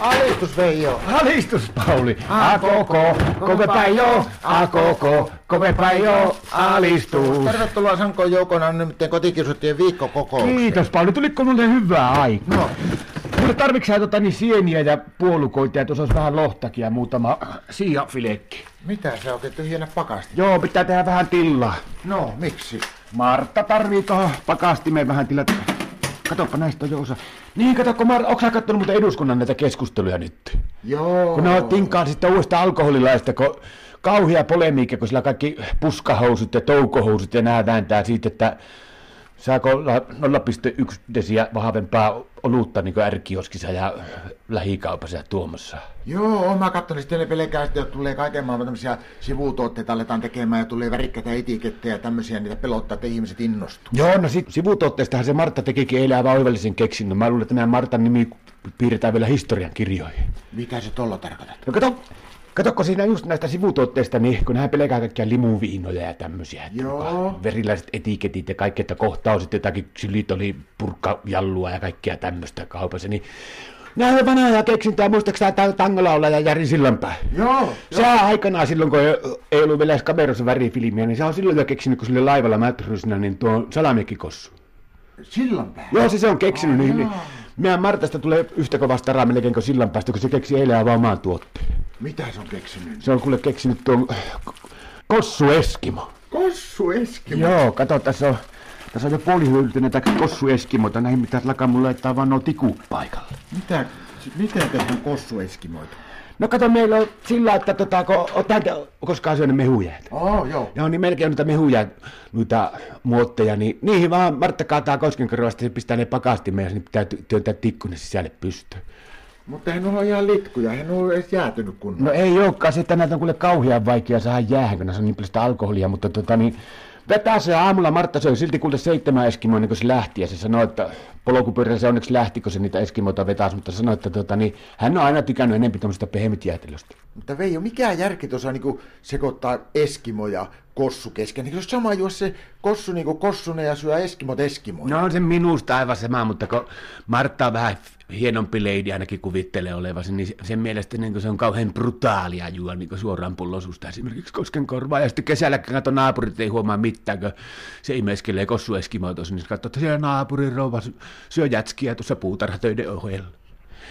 Alistus Veijo. Alistus, Pauli. A koko, kovepa jo, a koko, kovepa jo, alistus. Tervetuloa Sanko Joukona nyt kotikiusuttiin viikkokokoukseen. Kiitos, Pauli. Tuliko mulle hyvää aikaa? No, Mulle tarvitsee tota niin sieniä ja puolukoita ja tuossa olisi vähän lohtakin ja muutama siiafilekki. mitä sä oikein tyhjennä pakasti? Joo, pitää tehdä vähän tilaa. No, miksi? Martta tarvii tuohon pakastimeen vähän tilata. Katoppa näistä on jo osa. Niin, kato, kun Martta, onko sä kattonut muuten eduskunnan näitä keskusteluja nyt? Joo. Kun ne tinkaan sitten uudesta alkoholilaista, kun kauhia polemiikka, kun sillä kaikki puskahousut ja toukohousut ja nää vääntää siitä, että saako olla 0,1 desiä vahvempaa olutta niin kuin ärkioskissa ja lähikaupassa ja tuomassa. Joo, oon mä kattonut. Sitten ne pelkää, että jos tulee kaiken maailman tämmöisiä sivutuotteita aletaan tekemään ja tulee värikkäitä etikettejä ja tämmöisiä, niitä pelottaa, että ihmiset innostuu. Joo, no sit sivutuotteestahan se Martta tekikin eilen aivan oivallisen keksinnön. Mä luulen, että nämä Martan nimi piirretään vielä historian kirjoihin. Mitä se tolla tarkoittaa? No kato, katokko siinä just näistä sivutuotteista, niin kun hän pelkää kaikkia limuviinoja ja tämmöisiä. että Joo. kuka- Veriläiset etiketit ja kaikki, että kohta on sitten jotakin ksylitolipurkkajallua ja kaikkea tämmöistä kaupassa, niin Nämä on vanhaa keksintää, muistaakseni tämä Tangolaula ja Jari Sillanpää? Joo. Se on aikanaan silloin, kun ei- ei ollut vielä edes kamerossa värifilmiä, niin se on silloin jo keksinyt, kun sille laivalla mätrysnä, niin tuo salamikkikossu. Sillan päällä. Joo, se, se on keksinyt. Niin, niin, meidän Martasta tulee yhtä kovasta taraa melkein kuin sillan päästä, kun se keksi eilen aivan oman tuotteen. Mitä se on keksinyt? Se on kuule keksinyt tuon Kossu Eskimo. Kossu Eskimo. Joo, kato, tässä on, tässä on jo puolihyyltyinen tai Kossu Eskimoita. Näihin mitä lakaa mulle laittaa vaan nuo tikut paikalle. Mitä, miten tehdään Kossu Eskimoita? No kato, meillä on sillä, että tota, kun oot näitä koskaan syönyt mehuja. Oh, joo. Joo, niin melkein noita mehuja, noita muotteja, niin niihin vaan Martta kaataa koskenkorvasta, se pistää ne pakastimeen ja sinne pitää ty- työntää tikkunen sisälle pystyyn. Mutta eihän ole ihan litkuja, eihän ole edes jäätynyt kunnolla. No ei olekaan, se että näitä on kuule kauhean vaikea saada jäähän, kun näissä on niin paljon sitä alkoholia, mutta tota niin, vetää se aamulla, Martta söi silti kuule seitsemän eskimoa ennen kuin se lähti, ja se sanoi, että polkupyörällä se onneksi lähti, kun se niitä eskimoita vetäisi, mutta sanoi, että tota niin, hän on aina tykännyt enemmän tämmöistä pehmitjäätelöstä. Mutta Veijo, mikä järki tuossa niinku sekoittaa Eskimo ja Kossu kesken? Eikö se ole sama juo se Kossu niinku Kossune ja syö Eskimot Eskimoja? No on se minusta aivan sama, mutta kun Martta on vähän hienompi leidi ainakin kuvittelee olevansa, niin se- sen mielestä niin se on kauhean brutaalia juo niin suoraan pullosusta esimerkiksi koskenkorvaa. Ja sitten kesällä kato naapurit ei huomaa mitään, kun se imeskelee kossueskimoa tuossa, niin se katsoo, että siellä naapurin rouva sy- syö jätskiä tuossa puutarhatöiden ohella.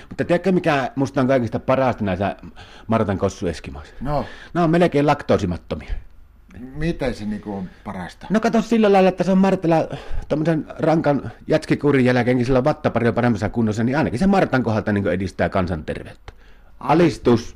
Mutta tiedätkö mikä musta on kaikista parasta näitä Martan kossueskimoissa? No, Ne on melkein laktoosimattomia. miten se niinku on parasta? No kato sillä lailla, että se on Martella tämmöisen rankan jätskikurin jälkeenkin sillä on vattapari on paremmassa kunnossa, niin ainakin se Martan kohdalta niin edistää kansanterveyttä. Alistus.